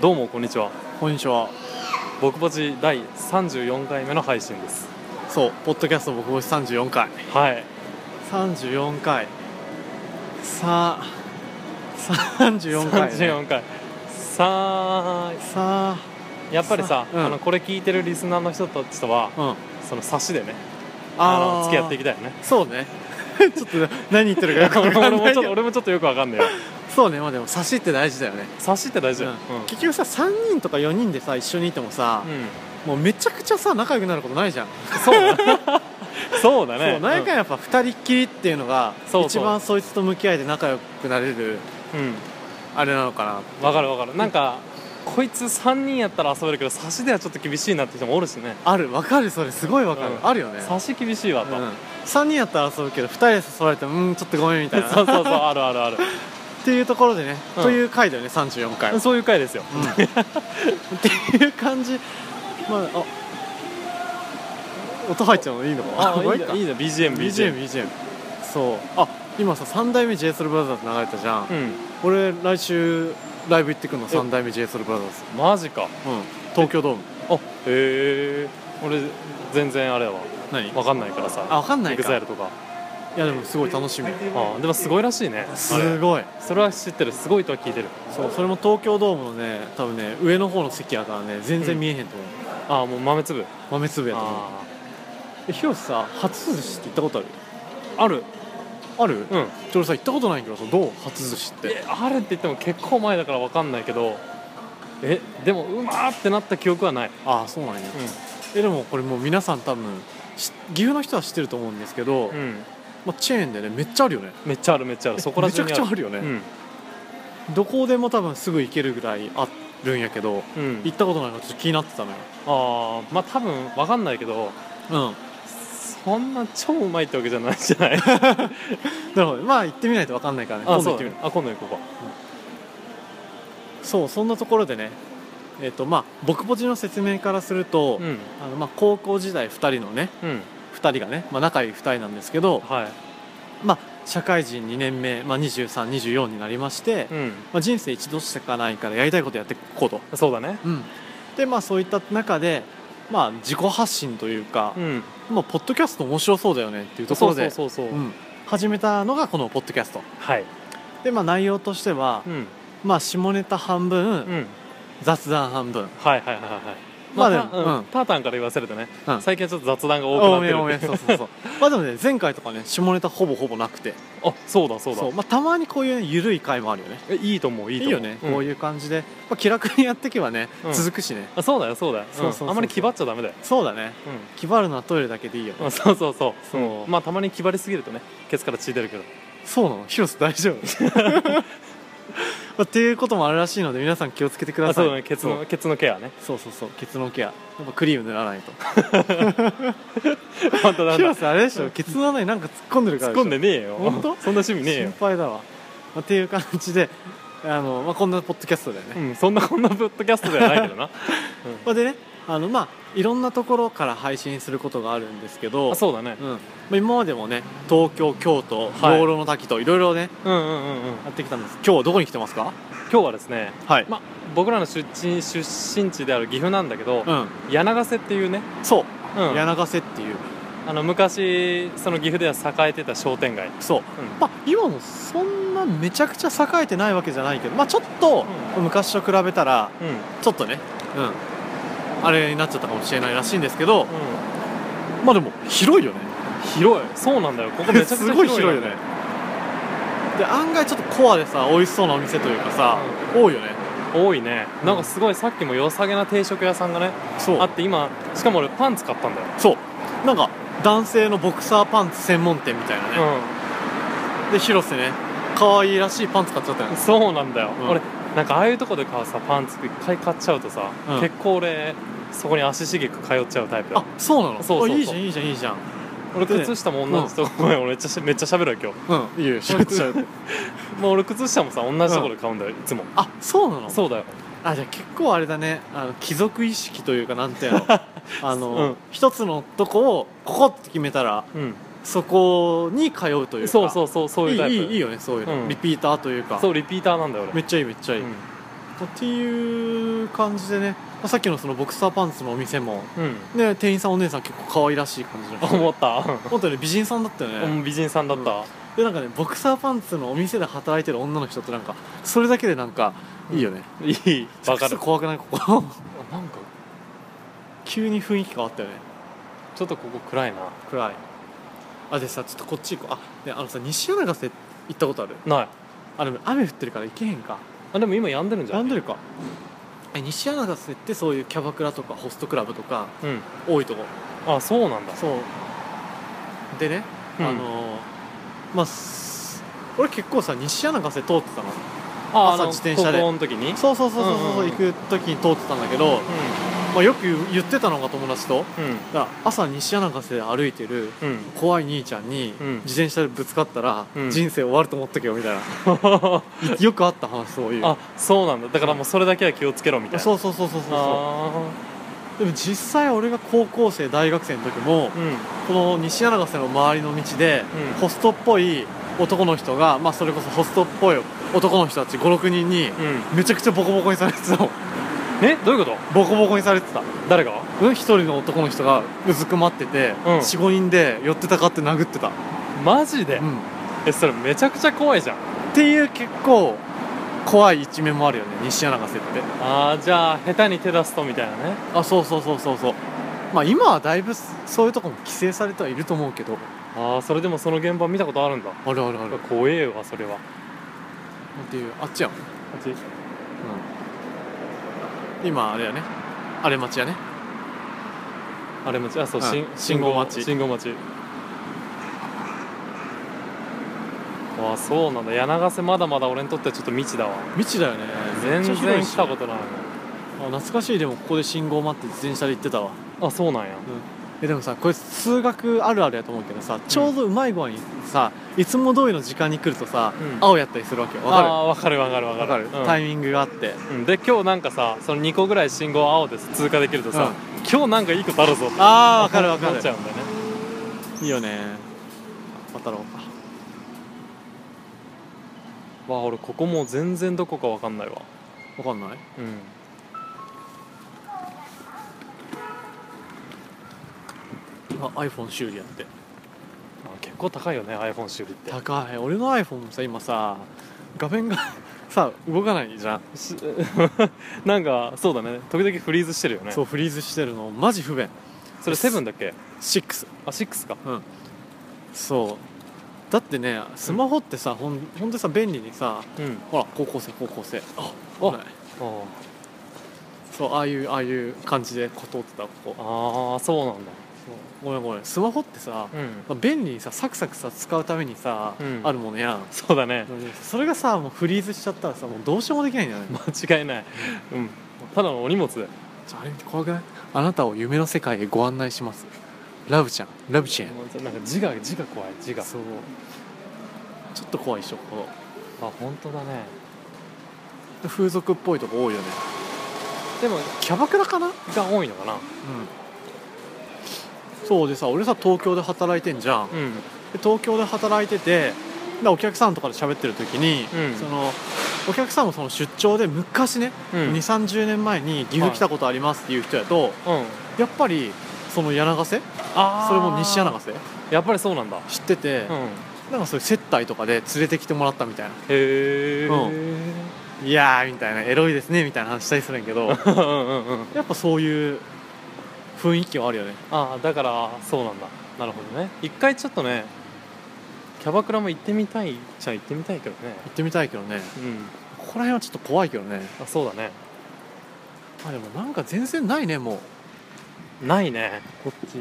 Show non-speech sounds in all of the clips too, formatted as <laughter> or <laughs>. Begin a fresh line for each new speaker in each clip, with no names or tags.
どうもこんにちは
こんにちは
僕ぼち第34回目の配信です
そうポッドキャスト僕星34回
はい
34回さあ34回、ね、
34回さあ
さ
やっぱりさ、
さうん
あのこれ聞いてるリスナーの人たちとは
あうん
その差しでねあ
あ
の
ー
付き合っていきたいよね
そうねちょっと何言ってるかよく <laughs> わか
俺
ん
<laughs> も
ない
ちょ
け
っと
ど
俺もちょっとよくわかんないよ
そうねまあでも差しって大事だよね、
差しって大事だよ、
うん結局さ3人とか4人でさ一緒にいてもさ
うん、、うん
もうめちゃくちゃさ仲良くなることないじゃん、
そうだそうだね
そう何やかんやっぱ2人っきりっていうのが
そうそう
一番そいつと向き合えて仲良くなれる
うんうん
あれなのかな
わかるわかるなんかこいつ3人やったら遊べるけど差しではちょっと厳しいなって人もおるしね
あるわかるそれすごいわかる、
うん
あるよね
差し厳しいわと、
うん、3人やったら遊ぶけど2人で誘われてもうんちょっとごめんみたいな
そう
っ
そうそうあるあるあ
ていうところでね、
うん
という回だよね34回、
るそういう回ですよ
っていう感じまああ音入っちゃうのいいのか <laughs> な
あ
ま
いい
か
ねいいね BGM BGM
BGM BGM そうあ今さ3代目 j s o u l b r o t h e r 流れたじゃん、
うん
俺来週ライブ行ってくるの3代目 j s o u l b r o t h
マジか
e r うん東京ドーム
あへえ俺全然あれやわ
何
わかんないからさ
あ分かんないか
EXILE とか
いやでもすごい楽しみ
あでもすごいらしいねあ
す
れ
ごい
それは知ってるすごいとは聞いてる
そうそれも東京ドームのね多分ね上の方の席やからね全然見えへんと思う、
あもう豆粒
豆粒やと思う
あ
えひろしさ初寿司って行ったことある
ーある
ある、
うん
ちょ俺さ行ったことないけどさどう初寿司っ
い
て
やあるって言っても結構前だからわかんないけどえでもうまーってなった記憶はない
ああそうなんや、えでもこれもう皆さん多分し岐阜の人は知ってると思うんですけど、
うん、うん、
まあ、チェーンでねめっちゃあるよね
めっちゃあるめっちゃあるそこら中にある
めちゃくちゃあるよね
ね
どこでも多分すぐ行けるぐらいあるんやけど
うん、うん
行ったことないからちょっと気になってたのよ
ああまあ多分わかんないけど
う
そんな超うまいってわけじゃないじゃない
<laughs> んなるほどまあ行ってみないと分かんないからね
あ
今度
そう
行ってみる
あ今度行こうか
そうそんなところでねえっ、とまあ僕ぼちの説明からすると、
うん
あのまあ、高校時代2人のね
うん
2人がね、まあ、仲いい2人なんですけど、
はい
まあ、社会人2年目、まあ、2324になりまして、
うん
まあ、人生一度しかないからやりたいことやっていこうと、
そうだね
でまあそういった中で、まあ、自己発信というか
う、ん
まあ、ポッドキャスト面白そうだよねっていうとこ
そう
ろ
そ
で
うそうそう、
うん始めたのがこのポッドキャスト
はい
で、まあ、内容としては
う、ん
まあ、下ネタ半分、
うん
雑談半分
はいはいはいはいはい
まあで
た
も
うん
うん
タータンから言わせるとね、
うん
最近はちょっと雑談が多くな
多
って
め
る
多めそうそうそうまあでもね前回とかね下ネタほぼほぼなくて
<laughs> あそうだそうだ
そう、まあ、たまにこういう、ね、緩い回もあるよね
えいいと思ういい
い
と
い
思
よ
う
ね、
うん
こういう感じで、まあ、気楽にやっていけばね、
うん
続くしね
あそうだよそうだよ
そうそうそうそうん
あんまり気張っちゃダメだよ
そうだね気張るのはトイレだけでいいよね、
うんあそうそうそう
そう
うんまあたまに気張りすぎるとねケツから血出るけど
そうなの広瀬大丈夫ま
<laughs>
あっていうこともあるらしいので皆さん気をつけてくだ
あ
さい
そうだねケツのケツのケア
<laughs>
ね
そうそうそうそうケツのケアやっぱクリーム塗らない
<laughs>
と
本当だ突っ
広瀬あれでしょケツの穴になんか突っ込んでるからしょ
込んでねえよ
本当
そんな趣味ねえよ
心配だわ、まあ、っていう感じであの、まあ、こんなポッドキャストだよね、
うんそんなこんなポッドキャストではないけど <laughs> な
まあ、でねあのまあいろんなところから配信することがあるんですけど
あそうだね
うんまあ、今までもね東京京都
は
養
い
老の滝といろいろね
うんうんうんうん
やってきたんです今日はどこに来てますか
今日はですね
はい
まあ僕らの出身出身地である岐阜なんだけど、
うん
柳瀬っていうね、
そう、
うん
柳ヶ瀬っていう
あの昔その岐阜では栄えてた商店街
そう、
うん
まあ今もそんなめちゃくちゃ栄えてないわけじゃないけどまあちょっと昔と比べたら
うん、うん、
ちょっとねうんあれになっちゃったかもしれないらしいんですけどまあでも広い
<laughs>
よね
広いそうなんだよここめちゃくちゃ
す
広
ご
い
い広い
<laughs>
よねで案外ちょっとコアでさ美味しそうなお店というかさ、多いよね
多いねなんかすごいさっきも良さげな定食屋さんがね
そう
あって今しかも俺パンツ買ったんだよ
そうなんか男性のボクサーパンツ専門店みたいなね、で広瀬ね可愛いらしいパンツ買っちゃったよ
うん
ね
そうなんだよ、
うん
俺なんかああいうとこで買うさパンツ一回買っちゃうとさ、
うん
結構俺そこに足しげく通っちゃうタイプだ
あそうなの
そうそうそう
あいいじゃんいいじゃんいいじゃん
俺靴下も同じとこ、ごめん俺めっちゃしめっちゃ喋るわ今日
うんいいよ喋っちゃう
もう俺靴下もさ同じところで買うんだよいつも
<laughs> あそうなの
そうだよ
あじゃあ結構あれだねあの貴族意識というかなん
<laughs>
ていうのあの、
うん
一つのとこをここって決めたら
うん
そこに通うというか
そうそううそうそういうタイプ
いいいいいいよねそういうの、
うん
リピーターというか
そうリピーターなんだよ俺
めっちゃいいめっちゃいい、
うん
っていう感じでね、まあさっきのそのボクサーパンツのお店も、
うん
ね、店員さんお姉さん結構可愛らしい感じの人
思った
本当に美人さんだったよね、
うん美人さんだった、
でなんかねボクサーパンツのお店で働いてる女の人ってなんかそれだけでなんかいいよね、
いいわか
ち
る
ょっと怖くないここ <laughs>
なんか
急に雰囲気変わったよね
ちょっとここ暗いな
暗いあでさちょっとこっち行こうあであのさ西柳瀬行ったことある
ない
あでも雨降ってるから行けへんか
あでも今病んでるんじゃ
や
ない
んでるかえ西柳瀬ってそういうキャバクラとかホストクラブとか
うん
多いとこ
あそうなんだ
そうでね、
うん
あのーまあす俺結構さ西柳瀬通ってたの
あ
朝
あの
自転車で
高校の時に
そうそうそうそうそう,、
うんうんうん
行く時に通ってたんだけど、まあ、よく言ってたのが友達と
うん
だから朝西柳瀬で歩いてる
うん <laughs> うん
怖い兄ちゃんに
うん
自転車でぶつかったら
うん
人生終わると思ったけどみたい <laughs> な、いよくあった話そういう
あそうなんだだからもうそれだけは気をつけろみたいな
そううそうそうそうそうそ
あ
うでも実際俺が高校生大学生の時も
ーうん
この西柳瀬の周りの道で
うん
ホストっぽい男の人が、まあ、それこそホストっぽい男の人たち56人に
うん
めちゃくちゃボコボコにされてた <laughs> の
えどういうこ
ボコボコにされてた
と誰が
うん一人の男の人がうずくまってて、
うん
45人で寄ってたかって殴ってた、
マジで、
うん、
えそれめちゃくちゃ怖いじゃん
っていう結構怖い一面もあるよね西柳瀬って
あーじゃあ下手に手出すとみたいなね
あそうそうそうそうそうまあ今はだいぶそういうとこも規制されてはいると思うけど
ああそれでもその現場見たことあるんだ
あるあるあるっ
怖えわそれはこ
ていうあっちやもん、
っち
うん、今あれやねあれ町やね
あれ待ちあそう、
うん
信
信号待ち
信号待ちああそうなんだ柳瀬まだまだ俺にとってはちょっと未知だわ
道だよね
全然
めっちゃ広い
来
した
ことない
あ懐かしいでもここで信号待って自転車で行ってたわ
あそうなんや
えでもさこれ数学あるあるやと思うけどさちょうどうまい具合にさいつも通りの時間に来るとさ、
うん
青やったりするわけよわ
あ
か
ーわかるわかるわ
る
か
わ
る
かる、
うん
タイミングがあって
うんで今日なんかさその2個ぐらい信号青です通過できるとさ、今日なんかいいことあるぞって
あーわかるわかる
なっちゃうんだよね
いいよね渡ろうか
わあ俺ここもう全然どこかわかんないわ
わかんない
うん
あ iPhone 修理やって
あ結構高いよね iPhone 修理って
高い俺の iPhone もさ今さ画面が <laughs> さ動かないじゃん、
し <laughs> なんかそうだね時々フリーズしてるよね
そうフリーズしてるのマジ不便
それ7だっけ
6
あ6か
うんそうだってねスマホってさ、ほんほんとさ便利にさ
うん
ほら高校生高校生あ
あ
ない
あ
そうああいうああいう感じでこう通ってたここ
あーそうなんだ
ごめんごめんスマホってさ、
うん
まあ便利にさサクサクさ使うためにさ、
うん
あるものやん
そうだね
それがさもうフリーズしちゃったらさもうどうしようもできないんだよね、
間違いないうんただのお荷物
ちょあれ怖くないあなたを夢の世界へご案内しますラブちゃんラブちゃん
なんか字が字が怖い字が
そうちょっと怖いっしょこ
あ本当だね
こ風俗っぽいとこ多いよね
でも
キャバクラかなうん
が多いのかな
そうでさ俺さ東京で働いてんじゃん、で
うん
東京で働いててでお客さんとかで喋ってる時に、
うん
そのお客さんもその出張で昔ね、
うん
2 3 0年前に岐阜来たことありますっていう人やと、
うん
やっぱりその柳ヶ瀬
あ
それも西
が
柳瀬
やっぱりそうなんだ
知ってて、
うんへ
なんかそういう接待とかで連れてきてもらったみたいな
えうん
う「いやー」みたいな「エロいですね」みたいな話したりするんや
<laughs>
けど
うんうん
やっぱそういう雰囲気はあるよね
ああだからそうなんだなるほどね一回ちょっとねキャバクラも行ってみたいじゃ行ってみたいけどね
行ってみたいけどね
うん
ここら辺はちょっと怖いけどね
あそうだね
あでもなんか全然ないねもう
ないねこっち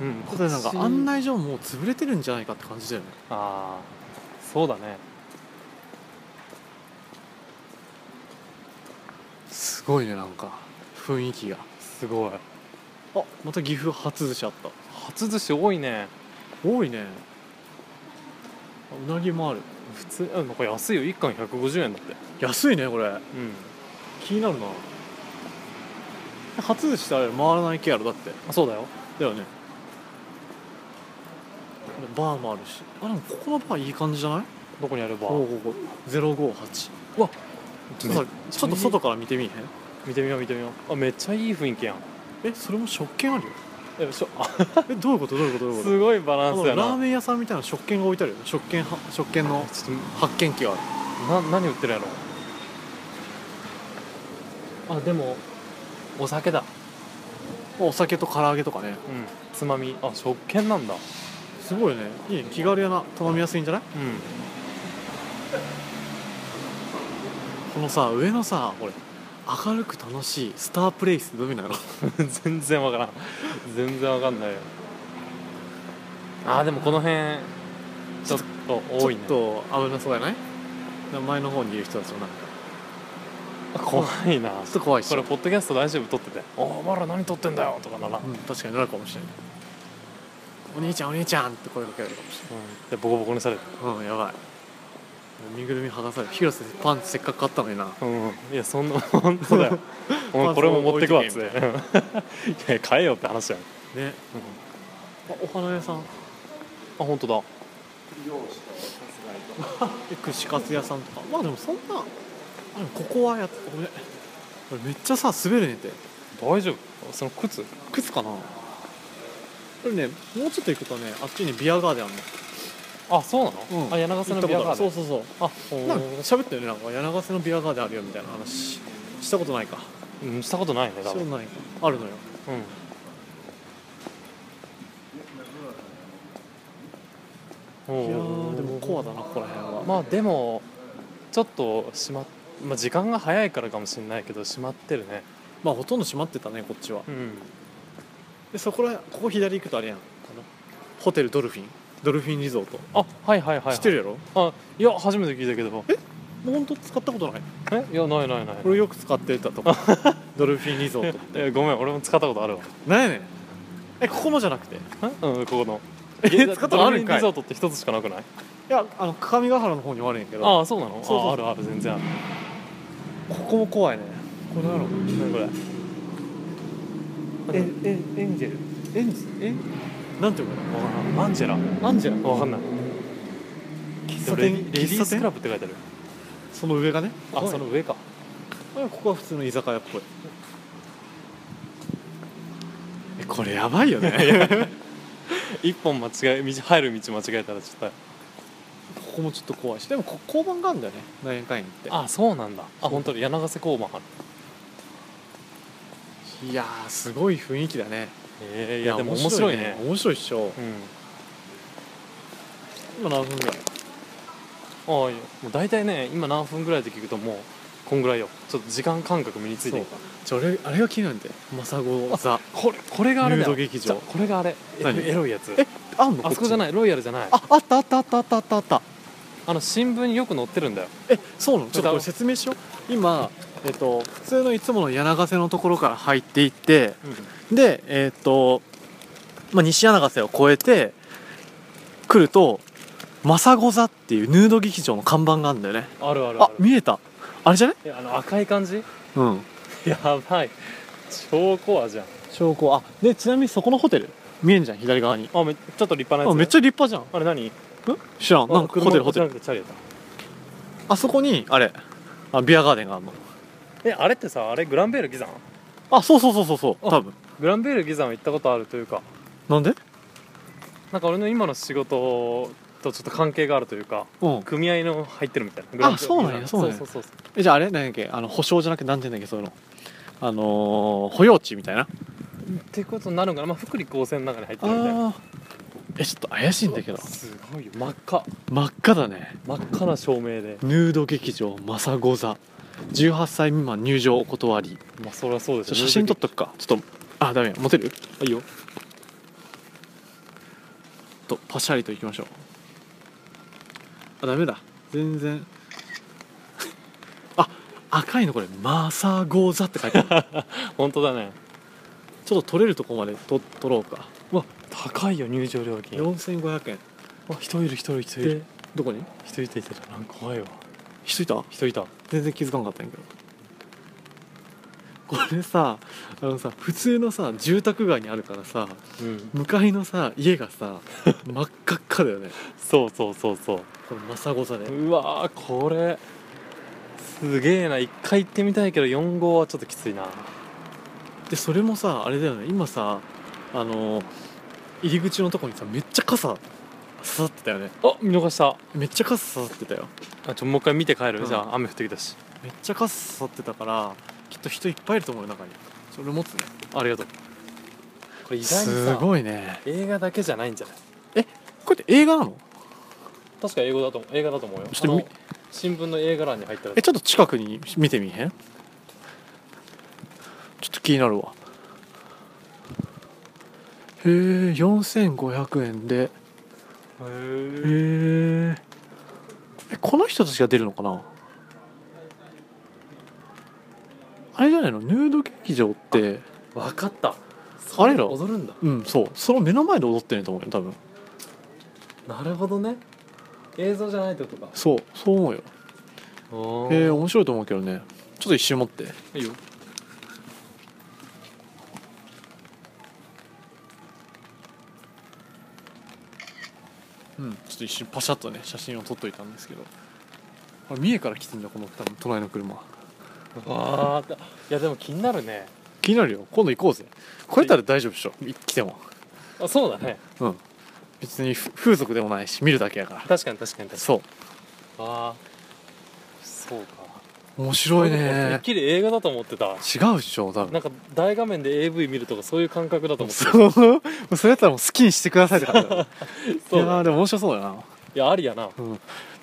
うん
だってなんか案
な
内所ももう潰れてるんじゃないかって感じだよね
ああそうだね
すごいねなんか雰囲気が
すごい
あまた岐阜初寿司あった
初寿司多いね
多いねあうなぎもある
普通あなんか安いよ1貫150円だって
安いねこれ
うん
気になるな初寿司ってあれ回らない系やろだって
あそうだよ
だよねバーもあるしあでもここのバーいい感じじゃない
どこにあれば
おうおうおう058
うわ
とね
さちょっと外から見てみいへん
見てみよう見てみようあめっちゃいい雰囲気やん
えそれも食券あ <laughs> るよ
やっぱしょあ
えどういうことどういうことどういうこと
すごいバラ
あ
ンス
の
やな
ラーメン屋さんみたいな食券が置いてあるよ食券は食券の
ちょっ
発見機がある
とな何売ってるやろあでもお酒だ
お酒と唐揚げとかね
うんつまみあ食券なんだう
すごいねいいね気軽やな頼みやすいんじゃない
ん <laughs>
このさ上のさこれ明るく楽しいスタープレイスってどういう意味なの
全然わからん全然わかんないよあーでもこの辺ちょっと多いね
ちょっと危なそうやない前の方にいる人たちもなんか
怖いな
ちょっと怖いし
これポッドキャスト大丈夫撮ってて「おお前ら何撮ってんだよ」とかなら、うん
うん、確かになるかもしれないお兄ちゃんお兄ちゃんって声かけられるかもし
でボコボコにされて
れないうんやばい身ぐるみ剥がされる広瀬パンツせっかく買ったのにな
うんいやそんな本当 <laughs> だよお前これも持ってくわっつっていや買えよって <laughs> 話やん、うん、
ねあお花屋さん
あ本当だ
え串カツ屋さんとかまあでもそんなあでもここはやっごめん俺めっちゃさ滑るねんて
大丈夫その靴
靴かなこれねもうちょっと行くとねあっちにビアガーデンある
あそうなの、
うん
あ柳ヶ瀬
の
のビアガーデ
そう
ン
そうそう
あほ
なんか
ー
喋ったよねなんか柳瀬のビアガーデンあるよみたいな話したことないか
うんしたことないね多
したこと
分
ないかあるのよ
うんお
いやー
ー
でもコアだなここら辺は、
まあでもちょっとしまっ、まあ、時間が早いからかもしれないけど閉まってるね
まあほとんど閉まってたねこっちは
うん
でそこらここ左行くとあれやんあのホテルドルフィンドルフィンリゾート、
あはいはいはい、はい、
知ってるやろ
あいや初めて聞いたけど
もうほんと使ったことない
えいやないないない
これよく使ってたと <laughs> こドルフィンリゾートって
<laughs> えごめん俺も使ったことあるわ
なんやねんえここのじゃなくてい
えうんここの
え
<laughs> いや
使ったことある
ドル
んかい
フィンリゾートって一つしかなくない
やあの各務原の方にもあるんやけど
ああそうなの
そうそうそう
ああるある全然ある
ここも怖いねこのやろ
何これ
ええエンジェルエンジえなんていうのか
わからんアンジェラ
なアンジェル
わかんない
喫
で
茶
もレ
店
レディースクラブ
ブ
って書いてある
その上がね
あその上か
ここは普通の居酒屋っぽいえこれやばいよ <laughs> ね
一本間違え道入る道間違えたらちょっ
ここもちょっと怖いしでもこ交番があるんだよね内縁会員って
とあそうなんだあ本当に柳ヶ瀬交番ある
いやーすごい雰囲気だね
えーいやでも面白いね
面白いっしょ今何分ぐらい
うんああいいよもう大体ね今何分ぐらいって聞くともうこんぐらいよちょっと時間感覚身についてる
じゃああれあれが気になるんでマサゴザ
これこれがあれだよ
ヌード劇場
じゃあこれがあれえ
何
エロいやつ
えあんの
あそこじゃ
い
ないロイヤルじゃない
ああったあったあったあったあったあった
あの新聞によく載ってるんだよ
えそうなのちょっとこれ説明しよう今えっと普通のいつもの柳ヶ瀬のところから入っていってでえっと、まあ、西柳ヶ瀬を越えて来ると「マサゴ座」っていうヌード劇場の看板があるんだよね
あるあるあ
あ
る
見えたあれじゃね
えあの赤い感じ
うん
やばい超コアじゃん
証拠あでちなみにそこのホテル見えんじゃん左側に
あめちょっと立派なやつ
あめっちゃ立派じゃん
あれ何
知らんなんかホテルホテル
ルチャリやっ
あそこにあれあビアガーデンがあるの
たえあれってさあれグランベールギザン
あそうそうそうそうそう多分
グランベールギザンは行ったことあるというか
なんで
なんか俺の今の仕事とちょっと関係があるというか
うん
組合の入ってるみたいな
あそうなんやそうなんや
そうそうそう
えじゃああれ何やっけあの保証じゃなくて何て言うんだっけそういうのあのー、保養地みたいな
ってことになるのかな、まあ、福利厚生の中に入ってるみたいな
あえちょっと怪しいんだけど
すごいよ真っ赤
真っ赤だね
真っ赤な照明で
ヌード劇場マサゴ座18歳未満入場お断り
まあそりゃそうで
ちょ
しょ
写真撮っとくかちょっとあダメや持てる
いいよ
とパシャリと行きましょうあダメだ全然 <laughs> あ赤いのこれマサゴザって書いてある
本当だね
ちょっと取れるとこまでと取ろうか
うわ高いよ入場料金
4500円
わ人いる人いる人い
で
る
どこに
人いたいたなんか怖いわ
人いた
人いた
全然気づかなかったんやけどこれさあのさ普通のさ住宅街にあるからさ
うん
向かいのさ家が <laughs> さ真っ赤っかだよね
そうそうそうそ
このマサゴザで
ううわーこれ
す
すげえな1回行ってみたいけど4号はちょっときついな
でそれもさあれだよね今さあの入り口のとこにさめっちゃ傘刺さってたよね
あ見逃した
めっちゃ傘刺さってたよ
あちょもう一回見て帰る、
うん
じゃあ雨降ってきたし
めっちゃ傘刺さってたからきっと人いっぱいいると思うよ中にそれ持つね
ありがとうこれ意外に
す
さ
ごいね
映画だけじゃないんじゃない
これって映画なの
確か英語だと思う映画だと思うよ
ちょっと
あの
み
新聞の映画欄に入ったら
えちょっと近くに見てみへんちょっと気になるわへえ4500円でへ
へえ
ーえこの人たちが出るのかなあれじゃないのヌード劇場って
分かった
あれだ
踊るんだ
うんそうその目の前で踊ってると思うよ多分
なるほどね映像じゃないってことか
そうそう思うよ
お
へえ面白いと思うけどねちょっと一周持って
いいよ
うん、ちょっと一瞬パシャッとね写真を撮っといたんですけどあれ三重から来てんだこの多分隣の車
わあいやでも気になるね
気になるよ今度行こうぜこれたら大丈夫でしょい来ても
あそうだね
うん別にふ風俗でもないし見るだけやから
確かに確かに確か
そ
にわあそうか
う面白い
てっ
ね
きり映画だと思ってた
違うでしょ多分
なんか大画面で AV 見るとかそういう感覚だと思ってた
そうそれやったらもう好きにしてくださいって感じだよい
<laughs> そう
やー
だ
でも面白そうだない
やありやない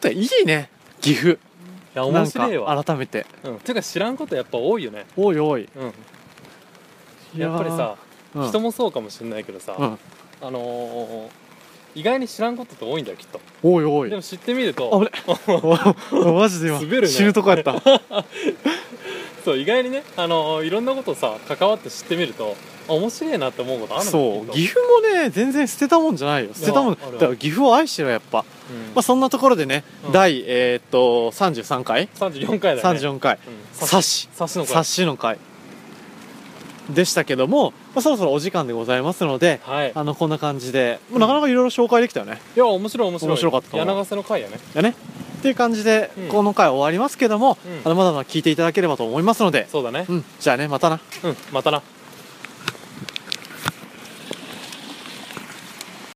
でいいね岐阜
や
な
面
んか
白いわ
改めて
うんていうか知らんことやっぱ多いよね
おいおい
うん
いや
や
ー
っぱりさ
うん
人もそうかもしれないけどさ
うん
あのー意外に知らんことって多いんだよきっと
おいおい
でも知ってみる
あ
と
れマジで今
滑るね
死ぬとこやった
そう意外にねあのーいろんなことをさ関わって知ってみるとあ面白いなって思うことあるんだき
そう
っと
岐阜もね全然捨てたもんじゃないよ捨てたもん
いやあるある
だから岐阜を愛してるわやっぱ、
うん
まあ、そんなところでね、
うん
第、えーっと33回
34回だよね
34
う
回
ん
冊子
刺しの
冊
回
子の回でしたけども、まあ、そろそろお時間でございますので
はい
あのこんな感じで、もうなかなかいろいろ紹介できたよね
いや面白い面白い
面白かったわ
柳瀬の回やね
だねっていう感じで、
うん
この回終わりますけども、
うん
あのまだまだ聞いていただければと思いますので、
そうだね
うん、じゃあねまたな
うんまたな